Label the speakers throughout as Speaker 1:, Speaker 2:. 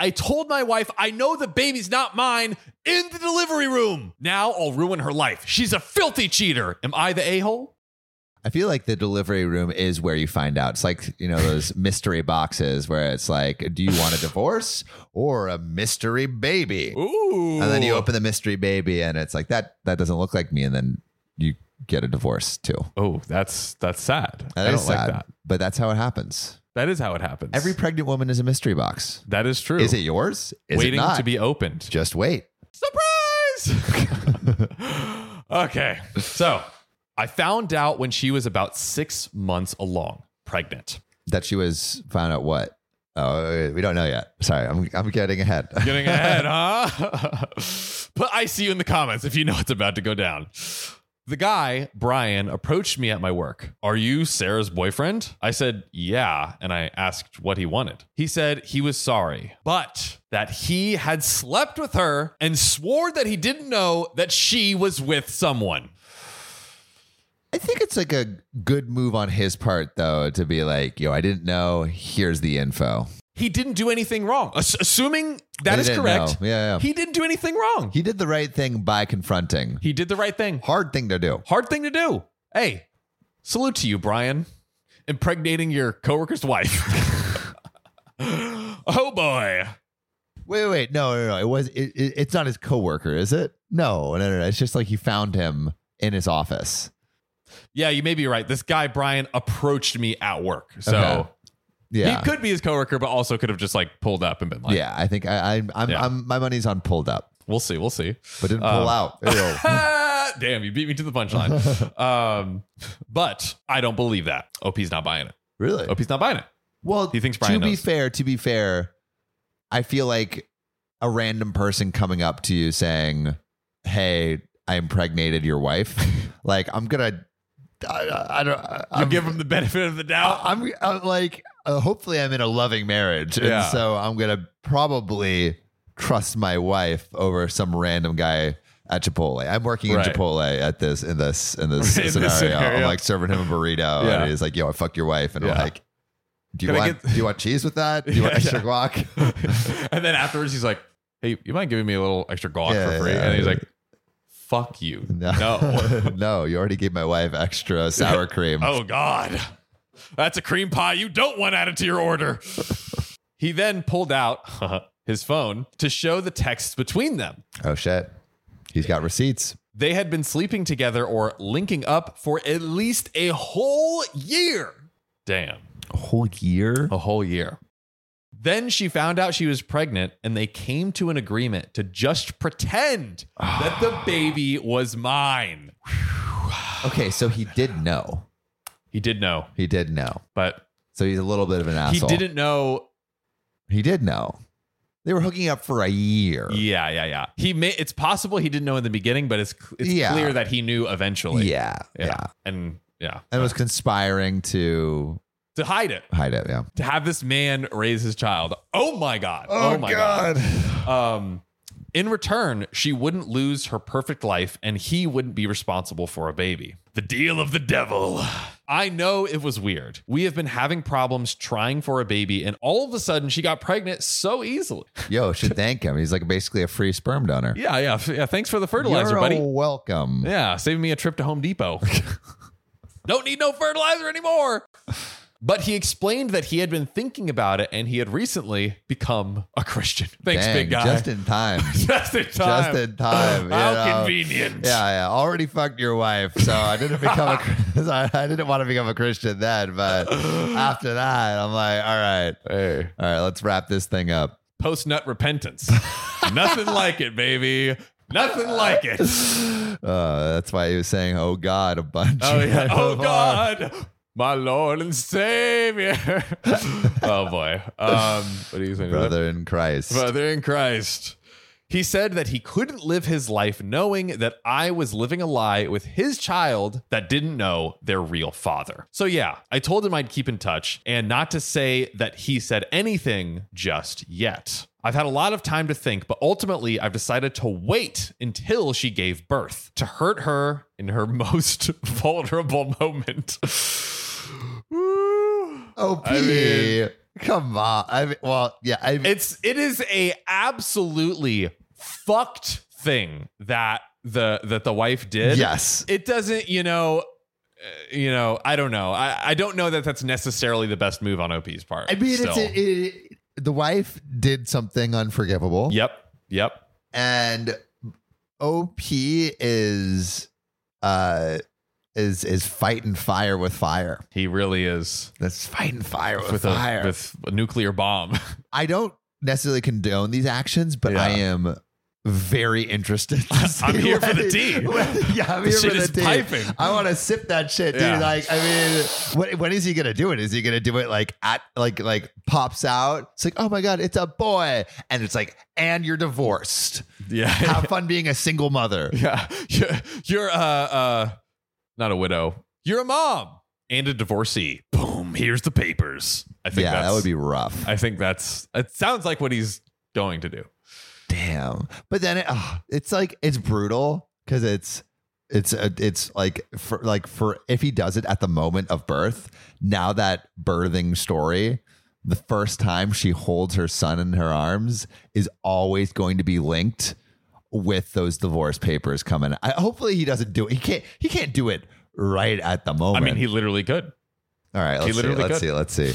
Speaker 1: I told my wife, I know the baby's not mine in the delivery room. Now I'll ruin her life. She's a filthy cheater. Am I the a hole?
Speaker 2: I feel like the delivery room is where you find out. It's like, you know, those mystery boxes where it's like, do you want a divorce or a mystery baby?
Speaker 1: Ooh.
Speaker 2: And then you open the mystery baby and it's like that that doesn't look like me and then you get a divorce too.
Speaker 1: Oh, that's that's sad.
Speaker 2: That
Speaker 1: I don't
Speaker 2: is
Speaker 1: like
Speaker 2: sad,
Speaker 1: that.
Speaker 2: But that's how it happens.
Speaker 1: That is how it happens.
Speaker 2: Every pregnant woman is a mystery box.
Speaker 1: that is true.
Speaker 2: Is it yours? Is
Speaker 1: waiting
Speaker 2: it not?
Speaker 1: to be opened?
Speaker 2: Just wait.
Speaker 1: Surprise! okay. So I found out when she was about six months along, pregnant.
Speaker 2: That she was found out what? Oh, we don't know yet. Sorry, I'm I'm getting ahead.
Speaker 1: Getting ahead, huh? but I see you in the comments if you know it's about to go down. The guy, Brian, approached me at my work. Are you Sarah's boyfriend? I said, yeah. And I asked what he wanted. He said he was sorry, but that he had slept with her and swore that he didn't know that she was with someone.
Speaker 2: I think it's like a good move on his part though to be like, yo, I didn't know. Here's the info.
Speaker 1: He didn't do anything wrong. Ass- assuming that
Speaker 2: He
Speaker 1: is
Speaker 2: didn't
Speaker 1: correct,
Speaker 2: know. Yeah, yeah.
Speaker 1: he didn't do anything wrong.
Speaker 2: He did the right thing by confronting.
Speaker 1: He did the right thing.
Speaker 2: Hard thing to do.
Speaker 1: Hard thing to do. Hey, salute to you, Brian. Impregnating your coworker's wife. oh boy.
Speaker 2: Wait, wait, no, no, no. It was. It, it, it's not his coworker, is it? No, no, no, no. It's just like he found him in his office.
Speaker 1: Yeah, you may be right. This guy, Brian, approached me at work. So
Speaker 2: Okay. Yeah,
Speaker 1: he could be his coworker, but also could have just like pulled up and been like,
Speaker 2: yeah. I think I, I I'm,
Speaker 1: Yeah.
Speaker 2: I'm. My money's on pulled up,
Speaker 1: we'll see, we'll see.
Speaker 2: but didn't pull
Speaker 1: Um,
Speaker 2: out. Ew.
Speaker 1: Damn, you beat me to the punchline. um, but I don't believe that. OP's not buying it.
Speaker 2: really?
Speaker 1: OP's not buying it.
Speaker 2: Well,
Speaker 1: He thinks
Speaker 2: to
Speaker 1: Brian
Speaker 2: be
Speaker 1: knows.
Speaker 2: fair, to be fair, I feel like a random person coming up to you saying, "Hey, I impregnated your wife." like I'm gonna. I, I- I don't. I-
Speaker 1: You'll
Speaker 2: I'm,
Speaker 1: give him the benefit of the doubt.
Speaker 2: I'm, I'm like, uh, hopefully, I'm in a loving marriage, and
Speaker 1: Yeah.
Speaker 2: so I'm gonna probably trust my wife over some random guy at Chipotle. I'm working in
Speaker 1: Right.
Speaker 2: Chipotle at this in this in this,
Speaker 1: In this
Speaker 2: scenario. I'm
Speaker 1: scenario.
Speaker 2: like serving him a burrito,
Speaker 1: Yeah.
Speaker 2: and he's like, "Yo, I fuck your wife," and I'm
Speaker 1: Yeah.
Speaker 2: like, "Do you
Speaker 1: Can I
Speaker 2: want
Speaker 1: get-
Speaker 2: do you want cheese with that? Do you want
Speaker 1: Yeah,
Speaker 2: extra
Speaker 1: yeah.
Speaker 2: guac?"
Speaker 1: and then afterwards, he's like, "Hey, you mind giving me a little extra guac
Speaker 2: Yeah,
Speaker 1: for free?"
Speaker 2: yeah,
Speaker 1: and he's
Speaker 2: yeah.
Speaker 1: like, "Fuck you, no."
Speaker 2: no, you already gave my wife extra sour cream.
Speaker 1: oh God, that's a cream pie you don't want added to your order. he then pulled
Speaker 2: Uh-huh.
Speaker 1: out his phone to show the texts between them.
Speaker 2: oh shit, he's got receipts.
Speaker 1: They had been sleeping together or linking up for at least a whole year. Damn.
Speaker 2: A whole year.
Speaker 1: a whole year. Then she found out she was pregnant, and they came to an agreement to just pretend that the baby was mine. Oh.
Speaker 2: Okay, so he did know.
Speaker 1: He did know,
Speaker 2: He did know.
Speaker 1: but
Speaker 2: So he's a little bit of an asshole.
Speaker 1: he didn't know.
Speaker 2: He did know. They were hooking up for a year.
Speaker 1: Yeah, yeah, yeah. He may. It's possible he didn't know in the beginning, but it's cl- it's
Speaker 2: Yeah.
Speaker 1: clear that he knew eventually.
Speaker 2: yeah,
Speaker 1: yeah,
Speaker 2: yeah.
Speaker 1: and yeah,
Speaker 2: And was conspiring to
Speaker 1: to hide it,
Speaker 2: hide it. Yeah.
Speaker 1: to have this man raise his child. Oh my god. my Um, in return, she wouldn't lose her perfect life and he wouldn't be responsible for a baby. The deal of the devil. I know it was weird. We have been having problems trying for a baby, and all of a sudden she got pregnant so easily.
Speaker 2: Yo, should thank him. He's like basically a free sperm donor.
Speaker 1: Yeah, yeah. f- yeah thanks for the fertilizer,
Speaker 2: You're
Speaker 1: buddy.
Speaker 2: welcome.
Speaker 1: Yeah, saving me a trip to Home Depot. Don't need no fertilizer anymore. But he explained that he had been thinking about it and he had recently become a Christian. Thanks,
Speaker 2: Dang,
Speaker 1: big guy.
Speaker 2: Just in time.
Speaker 1: Just in time.
Speaker 2: Just in time, you
Speaker 1: How
Speaker 2: know.
Speaker 1: convenient.
Speaker 2: yeah, yeah. Already fucked your wife, so I didn't become a. I I didn't want to become a Christian then, but after that, I'm like, all right,
Speaker 1: Hey.
Speaker 2: all right, let's wrap this thing up.
Speaker 1: Post nut repentance. Nothing like it, baby. Nothing like it.
Speaker 2: Uh, that's why he was saying, "Oh God," a bunch.
Speaker 1: Oh yeah. Oh
Speaker 2: Come on.
Speaker 1: God. My Lord and Savior. oh boy. Um, what do you say? to that?
Speaker 2: brother in Christ.
Speaker 1: Brother in Christ. He said that he couldn't live his life knowing that I was living a lie with his child that didn't know their real father. So, yeah, I told him I'd keep in touch and not to say that he said anything just yet. I've had a lot of time to think, but ultimately I've decided to wait until she gave birth to hurt her in her most vulnerable moment. Woo.
Speaker 2: OP.
Speaker 1: I mean,
Speaker 2: Oh, Come on. I mean, well, yeah. I mean,
Speaker 1: It's it is a absolutely fucked thing that the that the wife did.
Speaker 2: yes.
Speaker 1: It doesn't, you know, uh, you know, I don't know. I, I don't know that that's necessarily the best move on OP's part.
Speaker 2: I mean,
Speaker 1: still.
Speaker 2: it's it, it- the wife did something unforgivable.
Speaker 1: Yep. Yep.
Speaker 2: and OP is uh is is fighting fire with fire.
Speaker 1: He really is
Speaker 2: That's fighting fire with,
Speaker 1: with
Speaker 2: Oh, fire.
Speaker 1: a with a nuclear bomb.
Speaker 2: I don't necessarily condone these actions, but
Speaker 1: Yeah.
Speaker 2: I am very interested. to
Speaker 1: I'm
Speaker 2: see
Speaker 1: here for
Speaker 2: what-
Speaker 1: the tea.
Speaker 2: yeah, I'm here
Speaker 1: This
Speaker 2: for
Speaker 1: shit
Speaker 2: the
Speaker 1: is
Speaker 2: tea.
Speaker 1: piping.
Speaker 2: I want to sip that shit, dude.
Speaker 1: Yeah.
Speaker 2: Like, I mean, what, when is he gonna do it? Is he gonna do it like at like like pops out? It's like, oh my god, it's a boy, and it's like, and you're divorced.
Speaker 1: Yeah.
Speaker 2: Have fun being a single mother.
Speaker 1: yeah. You're, you're uh uh not a widow. You're a mom and a divorcee. Boom, here's the papers. I think
Speaker 2: Yeah,
Speaker 1: that's
Speaker 2: that would be rough.
Speaker 1: I think that's it sounds like what he's going to do.
Speaker 2: Damn. But then it, ugh, it's like it's brutal because it's it's a, it's like for like for if he does it at the moment of birth. Now that birthing story, the first time she holds her son in her arms is always going to be linked with those divorce papers coming. I, hopefully he doesn't do it. He can't he can't do it right at the
Speaker 1: I
Speaker 2: moment.
Speaker 1: mean, he literally could.
Speaker 2: all right. Let's see.
Speaker 1: literally
Speaker 2: Let's
Speaker 1: could.
Speaker 2: see. Let's see.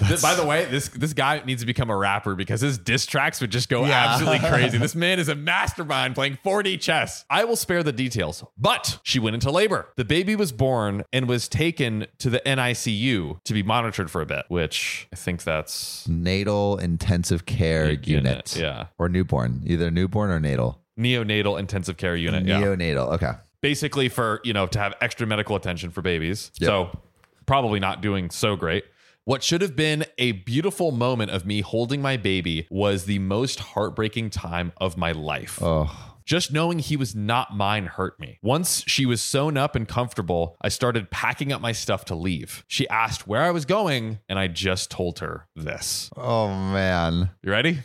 Speaker 1: Th- by the way, this this guy needs to become a rapper because his diss tracks would just go
Speaker 2: Yeah.
Speaker 1: absolutely crazy. This man is a mastermind playing 4D chess. I will spare the details, but she went into labor. The baby was born and was taken to the NICU to be monitored for a bit, which I think that's
Speaker 2: Natal intensive care unit,
Speaker 1: Yeah.
Speaker 2: or newborn, either newborn or natal.
Speaker 1: Neonatal intensive care unit. yeah.
Speaker 2: Neonatal. Okay.
Speaker 1: basically for you know to have extra medical attention for babies.
Speaker 2: Yep.
Speaker 1: So probably not doing so great. What should have been a beautiful moment of me holding my baby was the most heartbreaking time of my life.
Speaker 2: Oh,
Speaker 1: Just knowing he was not mine hurt me. Once she was sewn up and comfortable, I started packing up my stuff to leave. She asked where I was going, and I just told her this.
Speaker 2: oh man.
Speaker 1: You ready?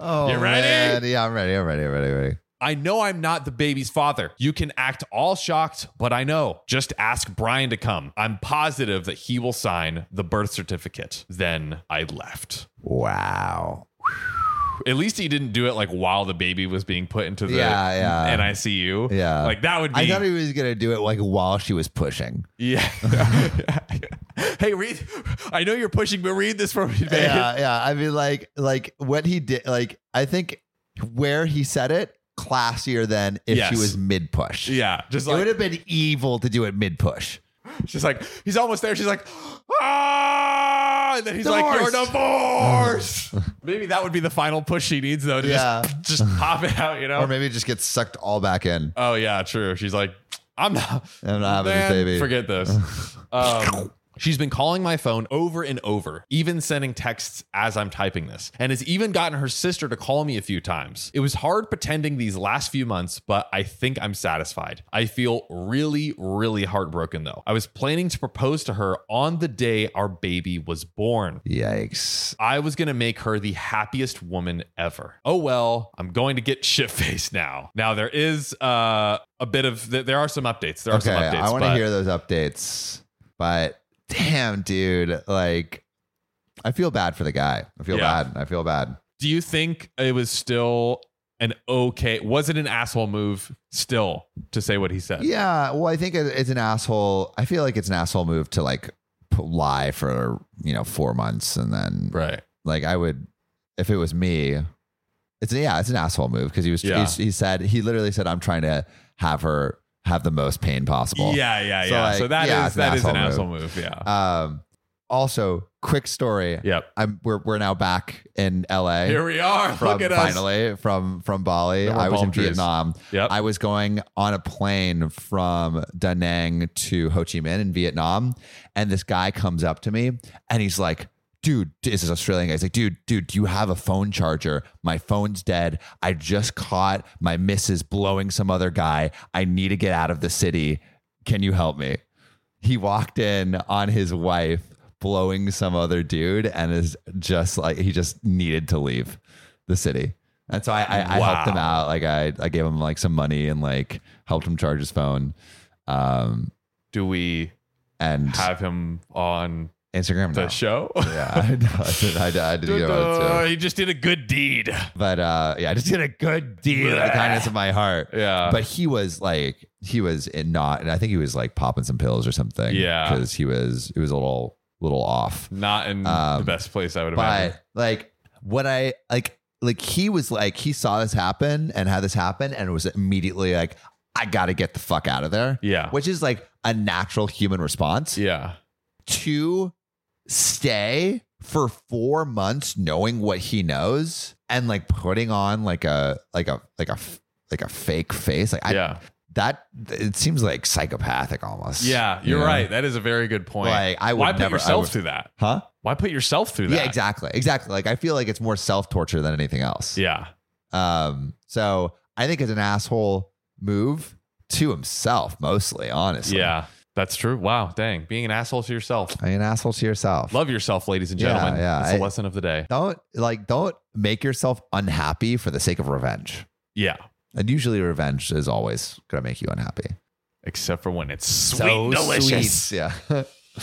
Speaker 2: Oh,
Speaker 1: You ready?
Speaker 2: man. Yeah, I'm ready. I'm ready. I'm ready. Ready.
Speaker 1: I know I'm not the baby's father. You can act all shocked, but I know. Just ask Brian to come. I'm positive that he will sign the birth certificate. Then I left.
Speaker 2: Wow.
Speaker 1: At least he didn't do it like while the baby was being put into the
Speaker 2: Yeah, yeah.
Speaker 1: NICU.
Speaker 2: Yeah.
Speaker 1: Like that would be
Speaker 2: I thought he was gonna do it like while she was pushing.
Speaker 1: Yeah. hey, read I know you're pushing, but read this for me, babe.
Speaker 2: Yeah, yeah. I mean, like, like what he did. Like, I think where he said it classier than if
Speaker 1: Yes.
Speaker 2: she was mid push.
Speaker 1: Yeah, just
Speaker 2: it would
Speaker 1: like
Speaker 2: have been evil to do it mid push.
Speaker 1: she's like he's almost there. She's like, ah, and then he's like, you're
Speaker 2: Divorced.
Speaker 1: divorced. Maybe that would be the final push she needs though. To just
Speaker 2: Yeah.
Speaker 1: just pop it out, you know?
Speaker 2: Or maybe it just gets sucked all back in.
Speaker 1: oh yeah, true. She's like, I'm not,
Speaker 2: I'm not having
Speaker 1: Man,
Speaker 2: this baby.
Speaker 1: Forget this. Um, she's been calling my phone over and over, even sending texts as I'm typing this, and has even gotten her sister to call me a few times. It was hard pretending these last few months, but I think I'm satisfied. I feel really, really heartbroken though. I was planning to propose to her on the day our baby was born.
Speaker 2: Yikes.
Speaker 1: I was going to make her the happiest woman ever. Oh well, I'm going to get shit faced now. Now there is uh, a bit of th- there are some updates. There are
Speaker 2: okay,
Speaker 1: some updates.
Speaker 2: I want to
Speaker 1: but-
Speaker 2: hear those updates. But damn, dude, like I feel bad for the guy. I feel
Speaker 1: Yeah.
Speaker 2: bad. I feel bad.
Speaker 1: Do you think it was still an okay? Was it an asshole move still to say what he said?
Speaker 2: Yeah. Well, I think it- it's an asshole. I feel like it's an asshole move to like p- lie for you know four months and then
Speaker 1: Right.
Speaker 2: like I would if it was me. It's yeah, it's an asshole move because he was
Speaker 1: Yeah.
Speaker 2: he's- he said he literally said I'm trying to have her have the most pain possible.
Speaker 1: Yeah, yeah,
Speaker 2: So,
Speaker 1: yeah.
Speaker 2: like,
Speaker 1: so that is
Speaker 2: yeah, it's an
Speaker 1: that is an
Speaker 2: asshole
Speaker 1: asshole move. Yeah.
Speaker 2: Um. Also, quick story.
Speaker 1: yep.
Speaker 2: I'm we're we're now back in L.A.
Speaker 1: Here we are.
Speaker 2: from
Speaker 1: Look at us.
Speaker 2: finally from from Bali.
Speaker 1: No more
Speaker 2: I was
Speaker 1: palm
Speaker 2: in
Speaker 1: trees.
Speaker 2: Vietnam.
Speaker 1: Yep.
Speaker 2: I was going on a plane from Da Nang to Ho Chi Minh in Vietnam, and this guy comes up to me and he's like, "Dude, this is Australian guy." He's like, "Dude, dude, do you have a phone charger? My phone's dead. I just caught my missus blowing some other guy. I need to get out of the city. Can you help me?" he walked in on his wife blowing some other dude and is just like he just needed to leave the city and so i, I, I helped him
Speaker 1: Wow.
Speaker 2: out like I, I gave him like some money and like helped him charge his phone um
Speaker 1: Do we
Speaker 2: and
Speaker 1: have him on
Speaker 2: Instagram.
Speaker 1: The
Speaker 2: No.
Speaker 1: show.
Speaker 2: yeah, I, know. I, I, I didn't know it too.
Speaker 1: he just did a good deed.
Speaker 2: But uh, yeah, I just did a good deed of the kindness of my heart.
Speaker 1: Yeah.
Speaker 2: But he was like, he was in not, and I think he was like popping some pills or something.
Speaker 1: Yeah.
Speaker 2: because he was, it was a little, little off.
Speaker 1: Not in the
Speaker 2: Um,
Speaker 1: best place I would imagine.
Speaker 2: But like, what I like, like he was like, he saw this happen and had this happen, and was immediately like, I got to get the fuck out of there.
Speaker 1: Yeah.
Speaker 2: which is like a natural human response.
Speaker 1: Yeah.
Speaker 2: to stay for four months knowing what he knows and like putting on like a like a like a f- like a fake face like I,
Speaker 1: yeah.
Speaker 2: that it seems like psychopathic almost
Speaker 1: Yeah. You're
Speaker 2: You know?
Speaker 1: right. That is a very good point.
Speaker 2: Like, I would
Speaker 1: Why put
Speaker 2: never- I
Speaker 1: yourself
Speaker 2: would-
Speaker 1: through that?
Speaker 2: huh
Speaker 1: Why put yourself through that?
Speaker 2: yeah exactly exactly like i feel like it's more self-torture than anything else
Speaker 1: Yeah.
Speaker 2: um so i think it's an asshole move to himself mostly honestly
Speaker 1: Yeah. That's true. Wow. Dang. Being an asshole to yourself.
Speaker 2: I mean, an asshole to yourself
Speaker 1: Love yourself, ladies and
Speaker 2: Yeah,
Speaker 1: gentlemen.
Speaker 2: yeah.
Speaker 1: That's the
Speaker 2: I-
Speaker 1: lesson of the day.
Speaker 2: don't like don't make yourself unhappy for the sake of revenge
Speaker 1: Yeah.
Speaker 2: And usually revenge is always going to make you unhappy.
Speaker 1: Except for when it's sweet, and delicious.
Speaker 2: sweet. Yeah. All right,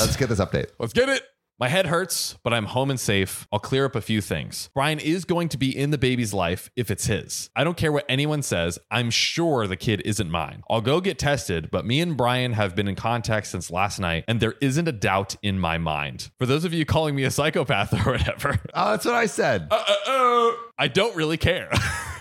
Speaker 2: let's get this update.
Speaker 1: Let's get it. My head hurts, but I'm home and safe. I'll clear up a few things. Brian is going to be in the baby's life if it's his. I don't care what anyone says. I'm sure the kid isn't mine. I'll go get tested, but me and Brian have been in contact since last night, and there isn't a doubt in my mind. For those of you calling me a psychopath or whatever,
Speaker 2: Oh, that's what I said.
Speaker 1: uh, uh, uh, I don't really care.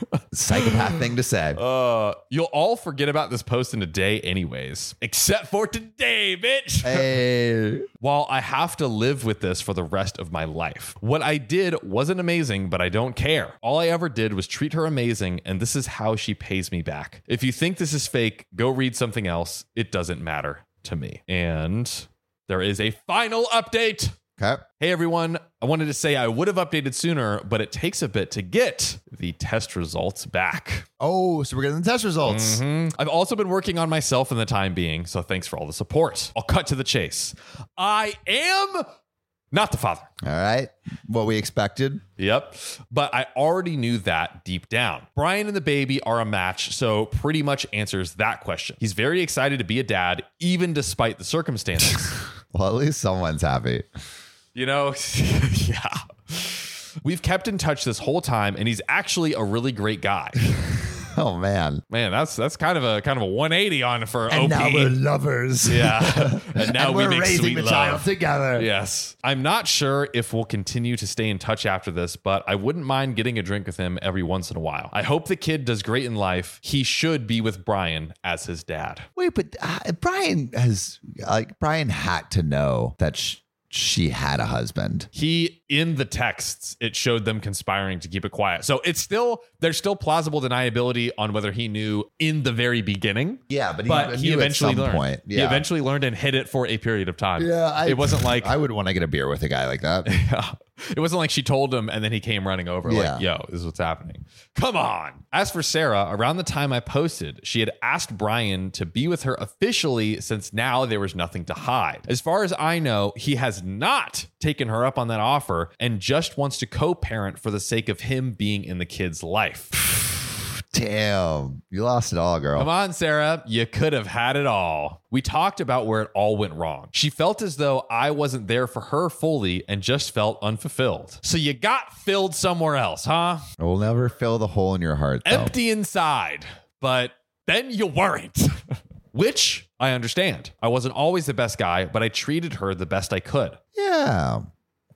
Speaker 2: Psychopath thing to say.
Speaker 1: uh, you'll all forget about this post in a day, anyways. Except for today, bitch.
Speaker 2: Hey.
Speaker 1: While I have to live with this for the rest of my life. What I did wasn't amazing, but I don't care. All I ever did was treat her amazing, and this is how she pays me back. If you think this is fake, go read something else. It doesn't matter to me. And there is a final update.
Speaker 2: Okay.
Speaker 1: Hey everyone, I wanted to say I would have updated sooner, but it takes a bit to get the test results back.
Speaker 2: Oh, so we're getting the test results.
Speaker 1: Mhm. I've also been working on myself in the time being, so thanks for all the support. I'll cut to the chase. I am not the father.
Speaker 2: All right. What we expected.
Speaker 1: Yep. But I already knew that deep down. Brian and the baby are a match, so pretty much answers that question. He's very excited to be a dad, even despite the circumstances.
Speaker 2: Well, at least someone's happy.
Speaker 1: You know, yeah. We've kept in touch this whole time, and he's actually a really great guy.
Speaker 2: Oh, man.
Speaker 1: Man, that's that's kind of a kind of a 180 on for OP.
Speaker 2: lovers.
Speaker 1: yeah, and now
Speaker 2: And
Speaker 1: we
Speaker 2: we're
Speaker 1: make
Speaker 2: raising
Speaker 1: sweet
Speaker 2: the
Speaker 1: love.
Speaker 2: child together.
Speaker 1: Yes. I'm not sure if we'll continue to stay in touch after this, but I wouldn't mind getting a drink with him every once in a while. I hope the kid does great in life. He should be with Brian as his dad.
Speaker 2: Wait, but uh, Brian has, like, Brian had to know that sh- she had a husband.
Speaker 1: He in the texts, it showed them conspiring to keep it quiet. So it's still there's still plausible deniability on whether he knew in the very beginning.
Speaker 2: Yeah, but he,
Speaker 1: But he
Speaker 2: knew
Speaker 1: eventually
Speaker 2: at some
Speaker 1: learned.
Speaker 2: point. Yeah.
Speaker 1: He eventually learned and hid it for a period of time.
Speaker 2: Yeah, I-
Speaker 1: it wasn't like
Speaker 2: I would want to get a beer with a guy like that.
Speaker 1: Yeah. It wasn't like she told him and then he came running over,
Speaker 2: Yeah.
Speaker 1: like, yo, this is what's happening. Come on. As for Sarah, around the time I posted, she had asked Brian to be with her officially since now there was nothing to hide. As far as I know, he has not taken her up on that offer and just wants to co parent for the sake of him being in the kid's life.
Speaker 2: Damn, you lost it all,
Speaker 1: Come
Speaker 2: girl.
Speaker 1: on, Sarah. You could have had it all. We talked about where it all went wrong. She felt as though I wasn't there for her fully and just felt unfulfilled. So you got filled somewhere else, huh?
Speaker 2: I will never fill the hole in your heart, though.
Speaker 1: Empty inside, but then you weren't. Which I understand. I wasn't always the best guy, but I treated her the best I could.
Speaker 2: Yeah,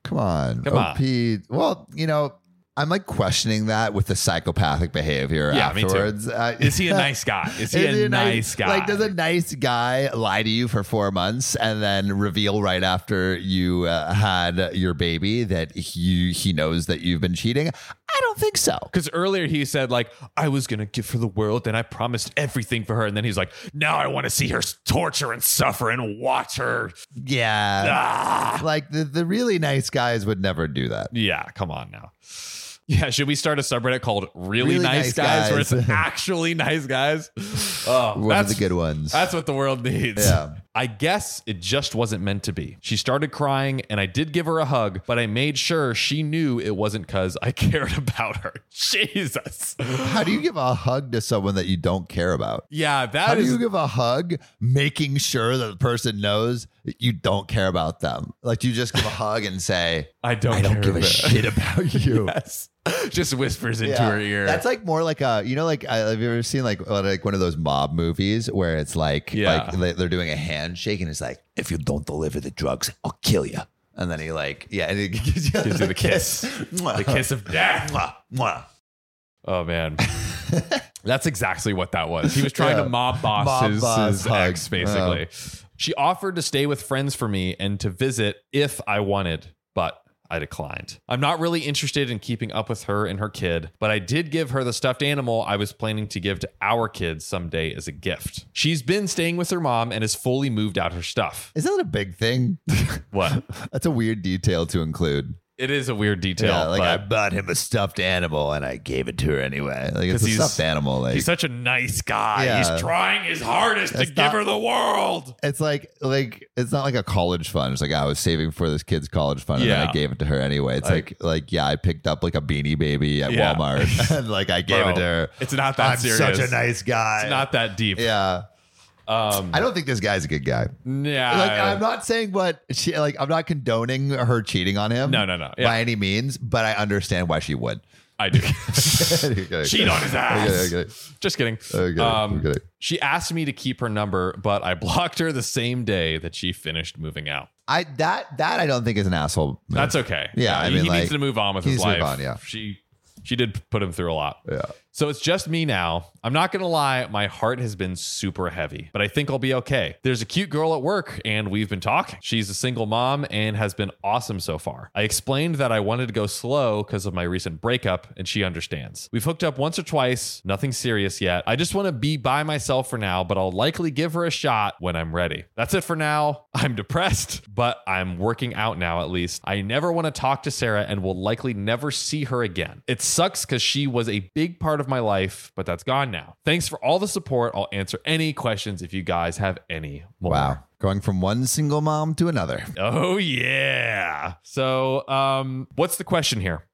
Speaker 2: come on,
Speaker 1: Come on.
Speaker 2: OP. Well, you know, I'm like questioning that with the psychopathic behavior
Speaker 1: Yeah, me too.
Speaker 2: afterwards. Uh,
Speaker 1: Is he a nice guy? Is he,
Speaker 2: is
Speaker 1: a, nice guy?
Speaker 2: Like, does a nice guy lie to you for four months and then reveal right after you uh, had your baby that he he knows that you've been cheating? I don't think so.
Speaker 1: Because earlier he said, like, I was going to give her the world and I promised everything for her. And then he's like, now I want to see her s- torture and suffer and watch her.
Speaker 2: Yeah,
Speaker 1: Ah.
Speaker 2: like the, the really nice guys would never do that.
Speaker 1: Yeah, come on now. Yeah, should we start a subreddit called Really,
Speaker 2: Really
Speaker 1: nice, guys,
Speaker 2: Nice
Speaker 1: where
Speaker 2: Guys.
Speaker 1: it's actually nice guys? Oh,
Speaker 2: One
Speaker 1: that's,
Speaker 2: of the good ones.
Speaker 1: that's what the world needs.
Speaker 2: Yeah.
Speaker 1: I guess it just wasn't meant to be. She started crying, and I did give her a hug, but I made sure she knew it wasn't because I cared about her. Jesus.
Speaker 2: How do you give a hug to someone that you don't care about?
Speaker 1: Yeah,
Speaker 2: How
Speaker 1: that
Speaker 2: do
Speaker 1: is.
Speaker 2: you give a hug, making sure that the person knows that you don't care about them? Like, do you just give a hug and say,
Speaker 1: I don't,
Speaker 2: I don't
Speaker 1: care
Speaker 2: give a
Speaker 1: about-
Speaker 2: shit about you?
Speaker 1: Yes. Just whispers into
Speaker 2: Yeah.
Speaker 1: her ear.
Speaker 2: That's like more like a you know like I, have you ever seen like uh, like one of those mob movies where it's like
Speaker 1: Yeah.
Speaker 2: like they- they're doing a handshake and it's like if you don't deliver the drugs I'll kill you and then he like yeah and he gives you,
Speaker 1: Gives you the kiss.
Speaker 2: Mwah.
Speaker 1: the kiss of death.
Speaker 2: Mwah. Mwah.
Speaker 1: Oh man, that's exactly what that was. He was trying
Speaker 2: Yeah.
Speaker 1: to mob boss
Speaker 2: Mob
Speaker 1: his,
Speaker 2: boss
Speaker 1: his
Speaker 2: hug.
Speaker 1: ex, basically. She offered to stay with friends for me and to visit if I wanted, but I declined. I'm not really interested in keeping up with her and her kid, but I did give her the stuffed animal I was planning to give to our kids someday as a gift. She's been staying with her mom and has fully moved out her stuff.
Speaker 2: Is that a big thing?
Speaker 1: What?
Speaker 2: That's a weird detail to include.
Speaker 1: it is a weird detail.
Speaker 2: Yeah, like I
Speaker 1: but
Speaker 2: bought him a stuffed animal and I gave it to her anyway. Like
Speaker 1: 'Cause
Speaker 2: it's a
Speaker 1: he's-
Speaker 2: stuffed animal. Like
Speaker 1: he's such a nice guy.
Speaker 2: Yeah.
Speaker 1: He's trying his hardest
Speaker 2: That's
Speaker 1: to
Speaker 2: not-
Speaker 1: give her the world.
Speaker 2: It's like like it's not like a college fund. It's like I was saving for this kid's college fund and then
Speaker 1: Yeah.
Speaker 2: I gave it to her anyway. It's like,
Speaker 1: Like-
Speaker 2: like yeah, I picked up like a beanie baby at
Speaker 1: Yeah.
Speaker 2: Walmart and like I gave it to
Speaker 1: Bro,
Speaker 2: her.
Speaker 1: It's not that
Speaker 2: I'm
Speaker 1: serious.
Speaker 2: such a nice guy.
Speaker 1: it's not that deep.
Speaker 2: yeah.
Speaker 1: Um,
Speaker 2: I don't think this guy's a good guy.
Speaker 1: yeah.
Speaker 2: Like I'm not saying what she like I'm not condoning her cheating on him.
Speaker 1: No, no, no. Yeah.
Speaker 2: By any means, but I understand why she would.
Speaker 1: I do.
Speaker 2: Okay.
Speaker 1: Cheat on his ass.
Speaker 2: Okay, okay.
Speaker 1: Just kidding.
Speaker 2: Okay,
Speaker 1: Um,
Speaker 2: okay.
Speaker 1: She asked me to keep her number, but I blocked her the same day that she finished moving out.
Speaker 2: I that that I don't think is an asshole. move.
Speaker 1: That's okay.
Speaker 2: Yeah, I
Speaker 1: he
Speaker 2: mean,
Speaker 1: he
Speaker 2: like,
Speaker 1: needs to move on with
Speaker 2: he
Speaker 1: his
Speaker 2: needs to
Speaker 1: life.
Speaker 2: move on, yeah.
Speaker 1: She she did put him through a lot.
Speaker 2: Yeah.
Speaker 1: So it's just me now. I'm not going to lie, my heart has been super heavy, but I think I'll be okay. There's a cute girl at work and we've been talking. She's a single mom and has been awesome so far. I explained that I wanted to go slow because of my recent breakup and she understands. We've hooked up once or twice, nothing serious yet. I just want to be by myself for now, but I'll likely give her a shot when I'm ready. That's it for now. I'm depressed, but I'm working out now at least. I never want to talk to Sarah and will likely never see her again. It sucks because she was a big part of my life, but that's gone now. Thanks for all the support. I'll answer any questions if you guys have any more.
Speaker 2: Wow. Going from one single mom to another.
Speaker 1: Oh yeah. So um what's the question here?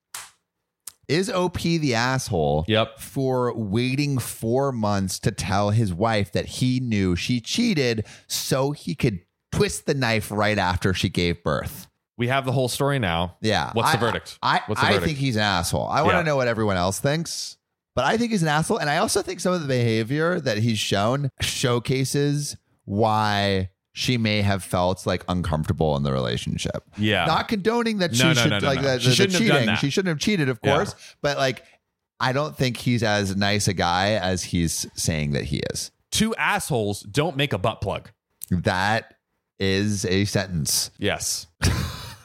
Speaker 2: Is OP the asshole
Speaker 1: Yep.
Speaker 2: for waiting four months to tell his wife that he knew she cheated so he could twist the knife right after she gave birth?
Speaker 1: We have the whole story now.
Speaker 2: Yeah.
Speaker 1: What's the
Speaker 2: I-
Speaker 1: verdict?
Speaker 2: I,
Speaker 1: What's the
Speaker 2: I
Speaker 1: verdict?
Speaker 2: think he's an asshole. I want
Speaker 1: Yeah.
Speaker 2: to know what everyone else thinks, but I think he's an asshole. And I also think some of the behavior that he's shown showcases why she may have felt like uncomfortable in the relationship.
Speaker 1: yeah.
Speaker 2: not condoning that
Speaker 1: Oh. No,
Speaker 2: she
Speaker 1: no,
Speaker 2: should
Speaker 1: no, no,
Speaker 2: like
Speaker 1: no.
Speaker 2: that
Speaker 1: She
Speaker 2: the
Speaker 1: shouldn't have
Speaker 2: cheating.
Speaker 1: done that.
Speaker 2: She shouldn't have cheated, of
Speaker 1: Yeah.
Speaker 2: course. But like, I don't think he's as nice a guy as he's saying that he is.
Speaker 1: Two assholes don't make a butt plug.
Speaker 2: That is a sentence.
Speaker 1: Yes.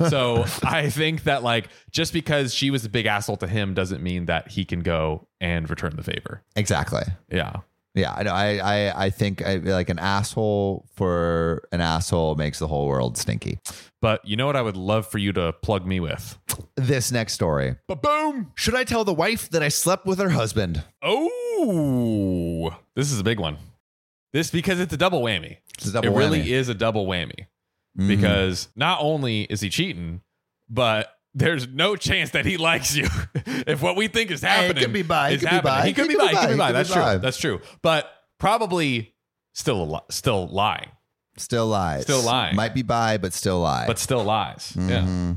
Speaker 1: so I think that like just because she was a big asshole to him doesn't mean that he can go and return the favor.
Speaker 2: Exactly.
Speaker 1: Yeah.
Speaker 2: Yeah, I know. I I, I think I, like an asshole for an asshole makes the whole world stinky.
Speaker 1: But you know what I would love for you to plug me with?
Speaker 2: This next story.
Speaker 1: Ba boom.
Speaker 2: Should I tell the wife that I slept with her husband?
Speaker 1: Oh. This is a big one. This because it's a double whammy.
Speaker 2: It's a double
Speaker 1: it really
Speaker 2: whammy.
Speaker 1: is a double whammy
Speaker 2: Mhm.
Speaker 1: because not only is he cheating, but there's no chance that he likes you. if what we think is
Speaker 2: Hey, it
Speaker 1: happening,
Speaker 2: could be bi, it
Speaker 1: is
Speaker 2: could be
Speaker 1: happening.
Speaker 2: bi,
Speaker 1: He could be bi. He could be bi. That's true.
Speaker 2: bi.
Speaker 1: That's true. But probably still a li- still lying,
Speaker 2: still lies.
Speaker 1: Still lying.
Speaker 2: Might be bi, but still lies.
Speaker 1: but still lies. Yeah.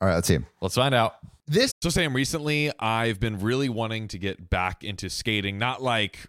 Speaker 2: All right, let's see.
Speaker 1: Let's find out.
Speaker 2: Mm-hmm. This
Speaker 1: So Sam, recently I've been really wanting to get back into skating, not like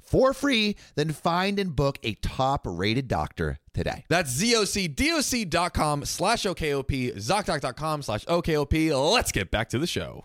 Speaker 2: for free. Then find and book a top rated doctor today.
Speaker 3: That's zocdoc.com slash OKOP, ZocDoc.com slash OKOP. Let's get back to the show.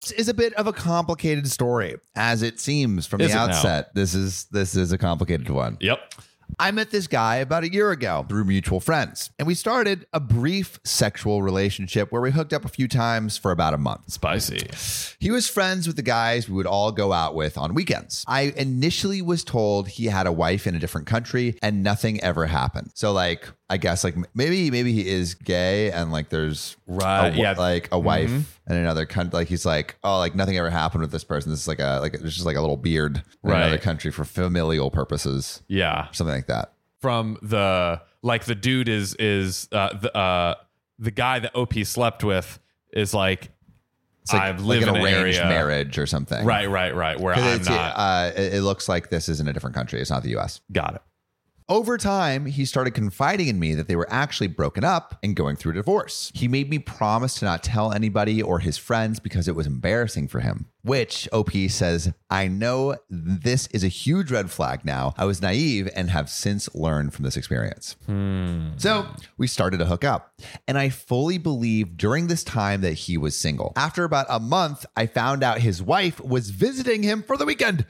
Speaker 2: This is a bit of a complicated story, as it seems from
Speaker 1: Is it
Speaker 2: the
Speaker 1: now?
Speaker 2: outset. This is this is a complicated one.
Speaker 1: Yep.
Speaker 2: I met this guy about a year ago through mutual friends, and we started a brief sexual relationship where we hooked up a few times for about a month.
Speaker 1: Spicy.
Speaker 2: He was friends with the guys we would all go out with on weekends. I initially was told he had a wife in a different country and nothing ever happened. So like I guess like m- maybe maybe he is gay and like there's
Speaker 1: Right,
Speaker 2: a wi-
Speaker 1: yeah. Mm-hmm.
Speaker 2: like a wife in another country like he's like oh like nothing ever happened with this person this is like a like it's just like a little beard in
Speaker 1: Right.
Speaker 2: another country for familial purposes
Speaker 1: Yeah.
Speaker 2: something like that.
Speaker 1: From the like the dude is is uh the uh the guy that OP slept with is like,
Speaker 2: It's like,
Speaker 1: I've
Speaker 2: like
Speaker 1: lived in
Speaker 2: an
Speaker 1: an
Speaker 2: arranged
Speaker 1: area-
Speaker 2: marriage or something.
Speaker 1: Right, right, right. Where
Speaker 2: 'Cause
Speaker 1: I'm
Speaker 2: it's,
Speaker 1: not.
Speaker 2: uh, it it looks like this is in a different country. It's not the US.
Speaker 1: Got it.
Speaker 2: Over time, he started confiding in me that they were actually broken up and going through divorce. He made me promise to not tell anybody or his friends because it was embarrassing for him. Which OP says, I know this is a huge red flag now. I was naive and have since learned from this experience. So we started to hook up. And I fully believed during this time that he was single. After about a month, I found out his wife was visiting him for the weekend.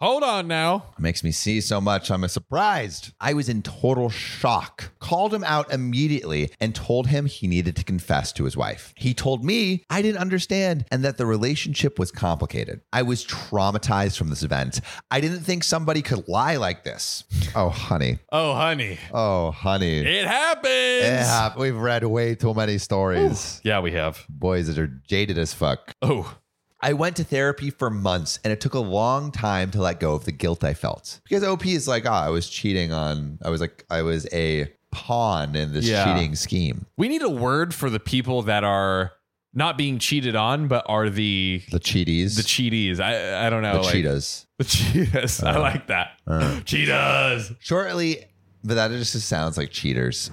Speaker 1: Hold on now.
Speaker 2: makes me see so much. I'm surprised. I was in total shock. Called him out immediately and told him he needed to confess to his wife. He told me I didn't understand and that the relationship was complicated. I was traumatized from this event. I didn't think somebody could lie like this. Oh, honey.
Speaker 1: Oh, honey.
Speaker 2: Oh, honey.
Speaker 1: It happens.
Speaker 2: Yeah, we've read way too many stories.
Speaker 1: Yeah, we have.
Speaker 2: Boys that are jaded as fuck.
Speaker 1: Oh,
Speaker 2: I went to therapy for months and it took a long time to let go of the guilt I felt. Because OP is like, ah, I was cheating on, I was like, I was a pawn in this
Speaker 1: Yeah.
Speaker 2: cheating scheme.
Speaker 1: we need a word for the people that are not being cheated on, but are the
Speaker 2: The cheaties,
Speaker 1: the cheaties. I I don't know.
Speaker 2: the
Speaker 1: like-
Speaker 2: cheetahs.
Speaker 1: The
Speaker 2: Uh-huh.
Speaker 1: cheetahs. I like that. cheetahs.
Speaker 2: Shortly, but that just sounds like cheaters.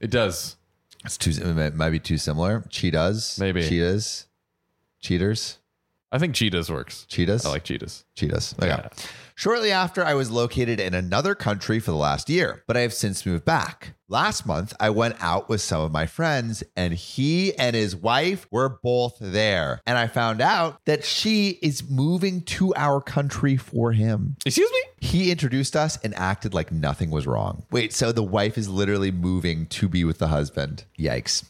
Speaker 1: It does.
Speaker 2: It's too, it might- might be too similar. Cheetahs,
Speaker 1: Maybe.
Speaker 2: Cheetahs, cheaters,
Speaker 1: I think cheetahs works.
Speaker 2: cheetahs.
Speaker 1: I like cheetahs.
Speaker 2: cheetahs. Okay. Shortly after, I was located in another country for the last year, but I have since moved back. Last month, I went out with some of my friends, and he and his wife were both there. And I found out that she is moving to our country for him.
Speaker 1: Excuse me?
Speaker 2: He introduced us and acted like nothing was wrong. Wait, so the wife is literally moving to be with the husband. Yikes.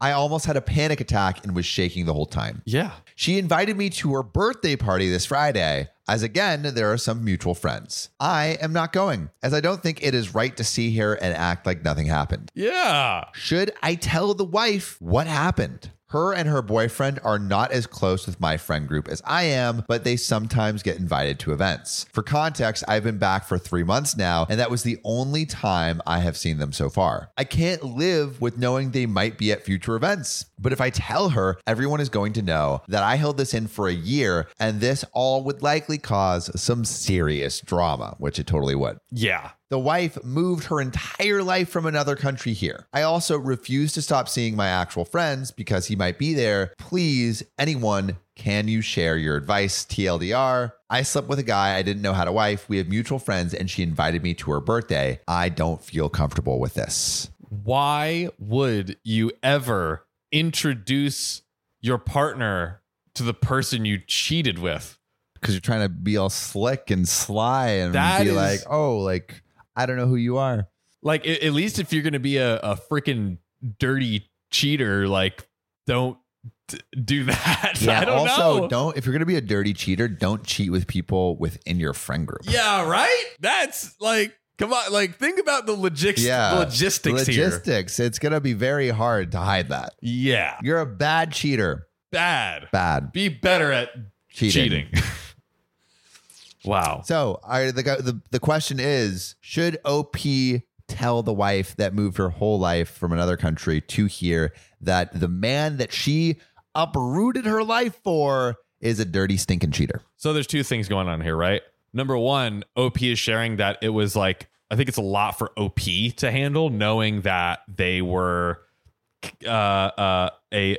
Speaker 2: I almost had a panic attack and was shaking the whole time.
Speaker 1: Yeah.
Speaker 2: She invited me to her birthday party this Friday, as again, there are some mutual friends. I am not going, as I don't think it is right to see her and act like nothing happened.
Speaker 1: Yeah.
Speaker 2: Should I tell the wife what happened? Her and her boyfriend are not as close with my friend group as I am, but they sometimes get invited to events. For context, I've been back for three months now, and that was the only time I have seen them so far. I can't live with knowing they might be at future events, but if I tell her, everyone is going to know that I held this in for a year, and this all would likely cause some serious drama, which it totally would.
Speaker 1: Yeah.
Speaker 2: The wife moved her entire life from another country here. I also refuse to stop seeing my actual friends because he might be there. Please, anyone, can you share your advice? TLDR. I slept with a guy I didn't know had a wife. We have mutual friends and she invited me to her birthday. I don't feel comfortable with this.
Speaker 1: Why would you ever introduce your partner to the person you cheated with?
Speaker 2: Because you're trying to be all slick and sly and
Speaker 1: That
Speaker 2: be
Speaker 1: is-
Speaker 2: like, oh, like, I don't know who you are.
Speaker 1: Like, a- at least if you're going to be a, a freaking dirty cheater, like, don't d- do that. I don't
Speaker 2: also,
Speaker 1: know.
Speaker 2: don't if you're gonna be a dirty cheater, don't cheat with people within your friend group.
Speaker 1: Yeah, right? That's like, come on. Like, think about the, logis-
Speaker 2: Yeah.
Speaker 1: the logistics here.
Speaker 2: Logistics. It's gonna be very hard to hide that.
Speaker 1: Yeah.
Speaker 2: You're a bad cheater.
Speaker 1: Bad.
Speaker 2: Bad
Speaker 1: Be better at
Speaker 2: cheating.
Speaker 1: cheating. wow.
Speaker 2: So, I, the gu- the the question is: Should OP tell the wife that moved her whole life from another country to here that the man that she uprooted her life for is a dirty, stinking cheater?
Speaker 1: So there's two things going on here, right? Number one, OP is sharing that it was like, I think it's a lot for OP to handle, knowing that they were uh, uh, a,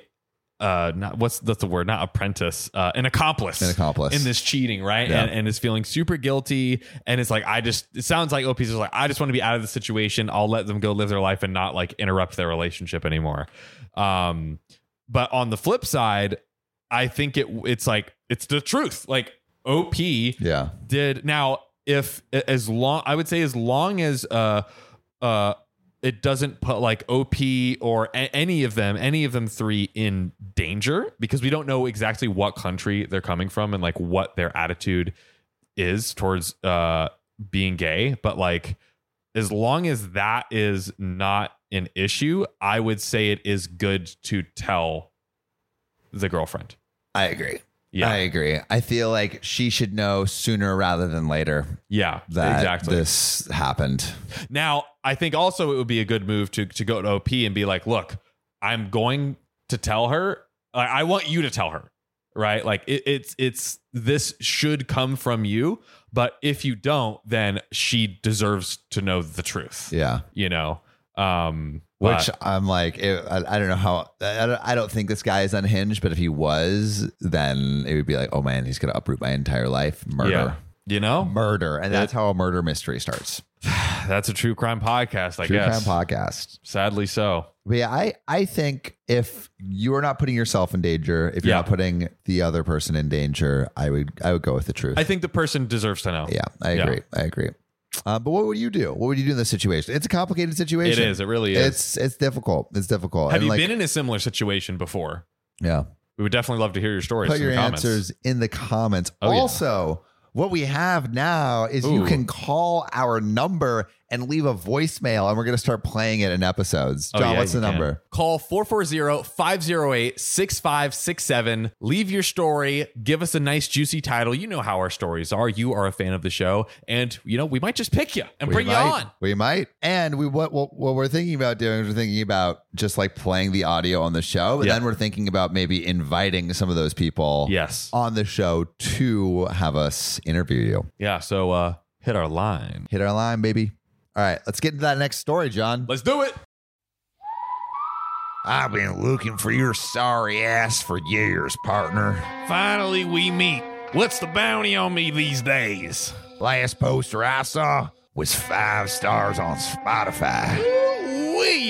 Speaker 1: uh, not what's that's the word, not apprentice, uh, an accomplice.
Speaker 2: An accomplice.
Speaker 1: in this cheating, right?
Speaker 2: Yeah.
Speaker 1: And, and is feeling super guilty. And it's like, I just, it sounds like OP's just like, I just want to be out of the situation. I'll let them go live their life and not like interrupt their relationship anymore. Um, but on the flip side, I think it it's like, it's the truth. Like OP
Speaker 2: yeah,
Speaker 1: did now if as long, I would say as long as, uh, uh, it doesn't put like OP or a- any of them, any of them three in danger because we don't know exactly what country they're coming from and like what their attitude is towards uh being gay. But like as long as that is not an issue, I would say it is good to tell the girlfriend.
Speaker 2: I agree.
Speaker 1: Yeah.
Speaker 2: I agree. I feel like she should know sooner rather than later
Speaker 1: yeah.
Speaker 2: that
Speaker 1: exactly.
Speaker 2: this happened.
Speaker 1: Now, I think also it would be a good move to to go to OP and be like, "Look, I'm going to tell her. Like, I want you to tell her, right? Like, it, it's it's this should come from you, but if you don't, then she deserves to know the truth.
Speaker 2: Yeah.
Speaker 1: You know, um,
Speaker 2: Which
Speaker 1: but-
Speaker 2: I'm like, it, I, I don't know how, I I don't, I don't think this guy is unhinged, but if he was, then it would be like, oh man, he's going to uproot my entire life. Murder.
Speaker 1: you know,
Speaker 2: Murder. And that's how a murder mystery starts.
Speaker 1: that's a true crime podcast, I
Speaker 2: True
Speaker 1: guess.
Speaker 2: crime podcast.
Speaker 1: Sadly, so.
Speaker 2: But yeah, I, I think if you are not putting yourself in danger, if you're
Speaker 1: Yeah.
Speaker 2: not putting the other person in danger, I would I would go with the truth.
Speaker 1: I think the person deserves to know.
Speaker 2: yeah, I
Speaker 1: Yeah.
Speaker 2: agree. I agree. Uh, but what would you do? What would you do in this situation? It's a complicated
Speaker 1: It
Speaker 2: situation.
Speaker 1: is. It really is.
Speaker 2: It's it's difficult. It's difficult.
Speaker 1: Have
Speaker 2: And,
Speaker 1: you
Speaker 2: like,
Speaker 1: been in a similar situation before?
Speaker 2: Yeah.
Speaker 1: We would definitely love to hear your stories.
Speaker 2: Put
Speaker 1: in
Speaker 2: your
Speaker 1: the comments.
Speaker 2: answers in the comments.
Speaker 1: Oh, yeah.
Speaker 2: also, what we have now is you
Speaker 1: Ooh.
Speaker 2: can call our number and leave a voicemail, and we're going to start playing it in episodes.
Speaker 1: Oh,
Speaker 2: John,
Speaker 1: yeah,
Speaker 2: what's the
Speaker 1: you can.
Speaker 2: number?
Speaker 1: Call 440-508-6567. Leave your story. Give us a nice juicy title. You know how our stories are. You are a fan of the show. And you know, we might just pick you and
Speaker 2: We
Speaker 1: bring
Speaker 2: might-
Speaker 1: you on.
Speaker 2: We might. And we what, what what we're thinking about doing is we're thinking about just like playing the audio on the show, but
Speaker 1: Yeah.
Speaker 2: then we're thinking about maybe inviting some of those people
Speaker 1: Yes.
Speaker 2: on the show to have us interview you.
Speaker 1: Yeah. So uh hit our line.
Speaker 2: Hit our line, baby. All right, let's get into that next story, John.
Speaker 1: Let's do it.
Speaker 4: I've been looking for your sorry ass for years, partner. Finally, we meet. What's the bounty on me these days? Last poster I saw was five stars on Spotify.
Speaker 1: Wee,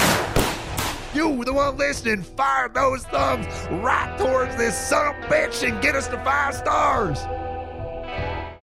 Speaker 4: You, the one listening, fire those thumbs right towards this son of a bitch and get us to five stars.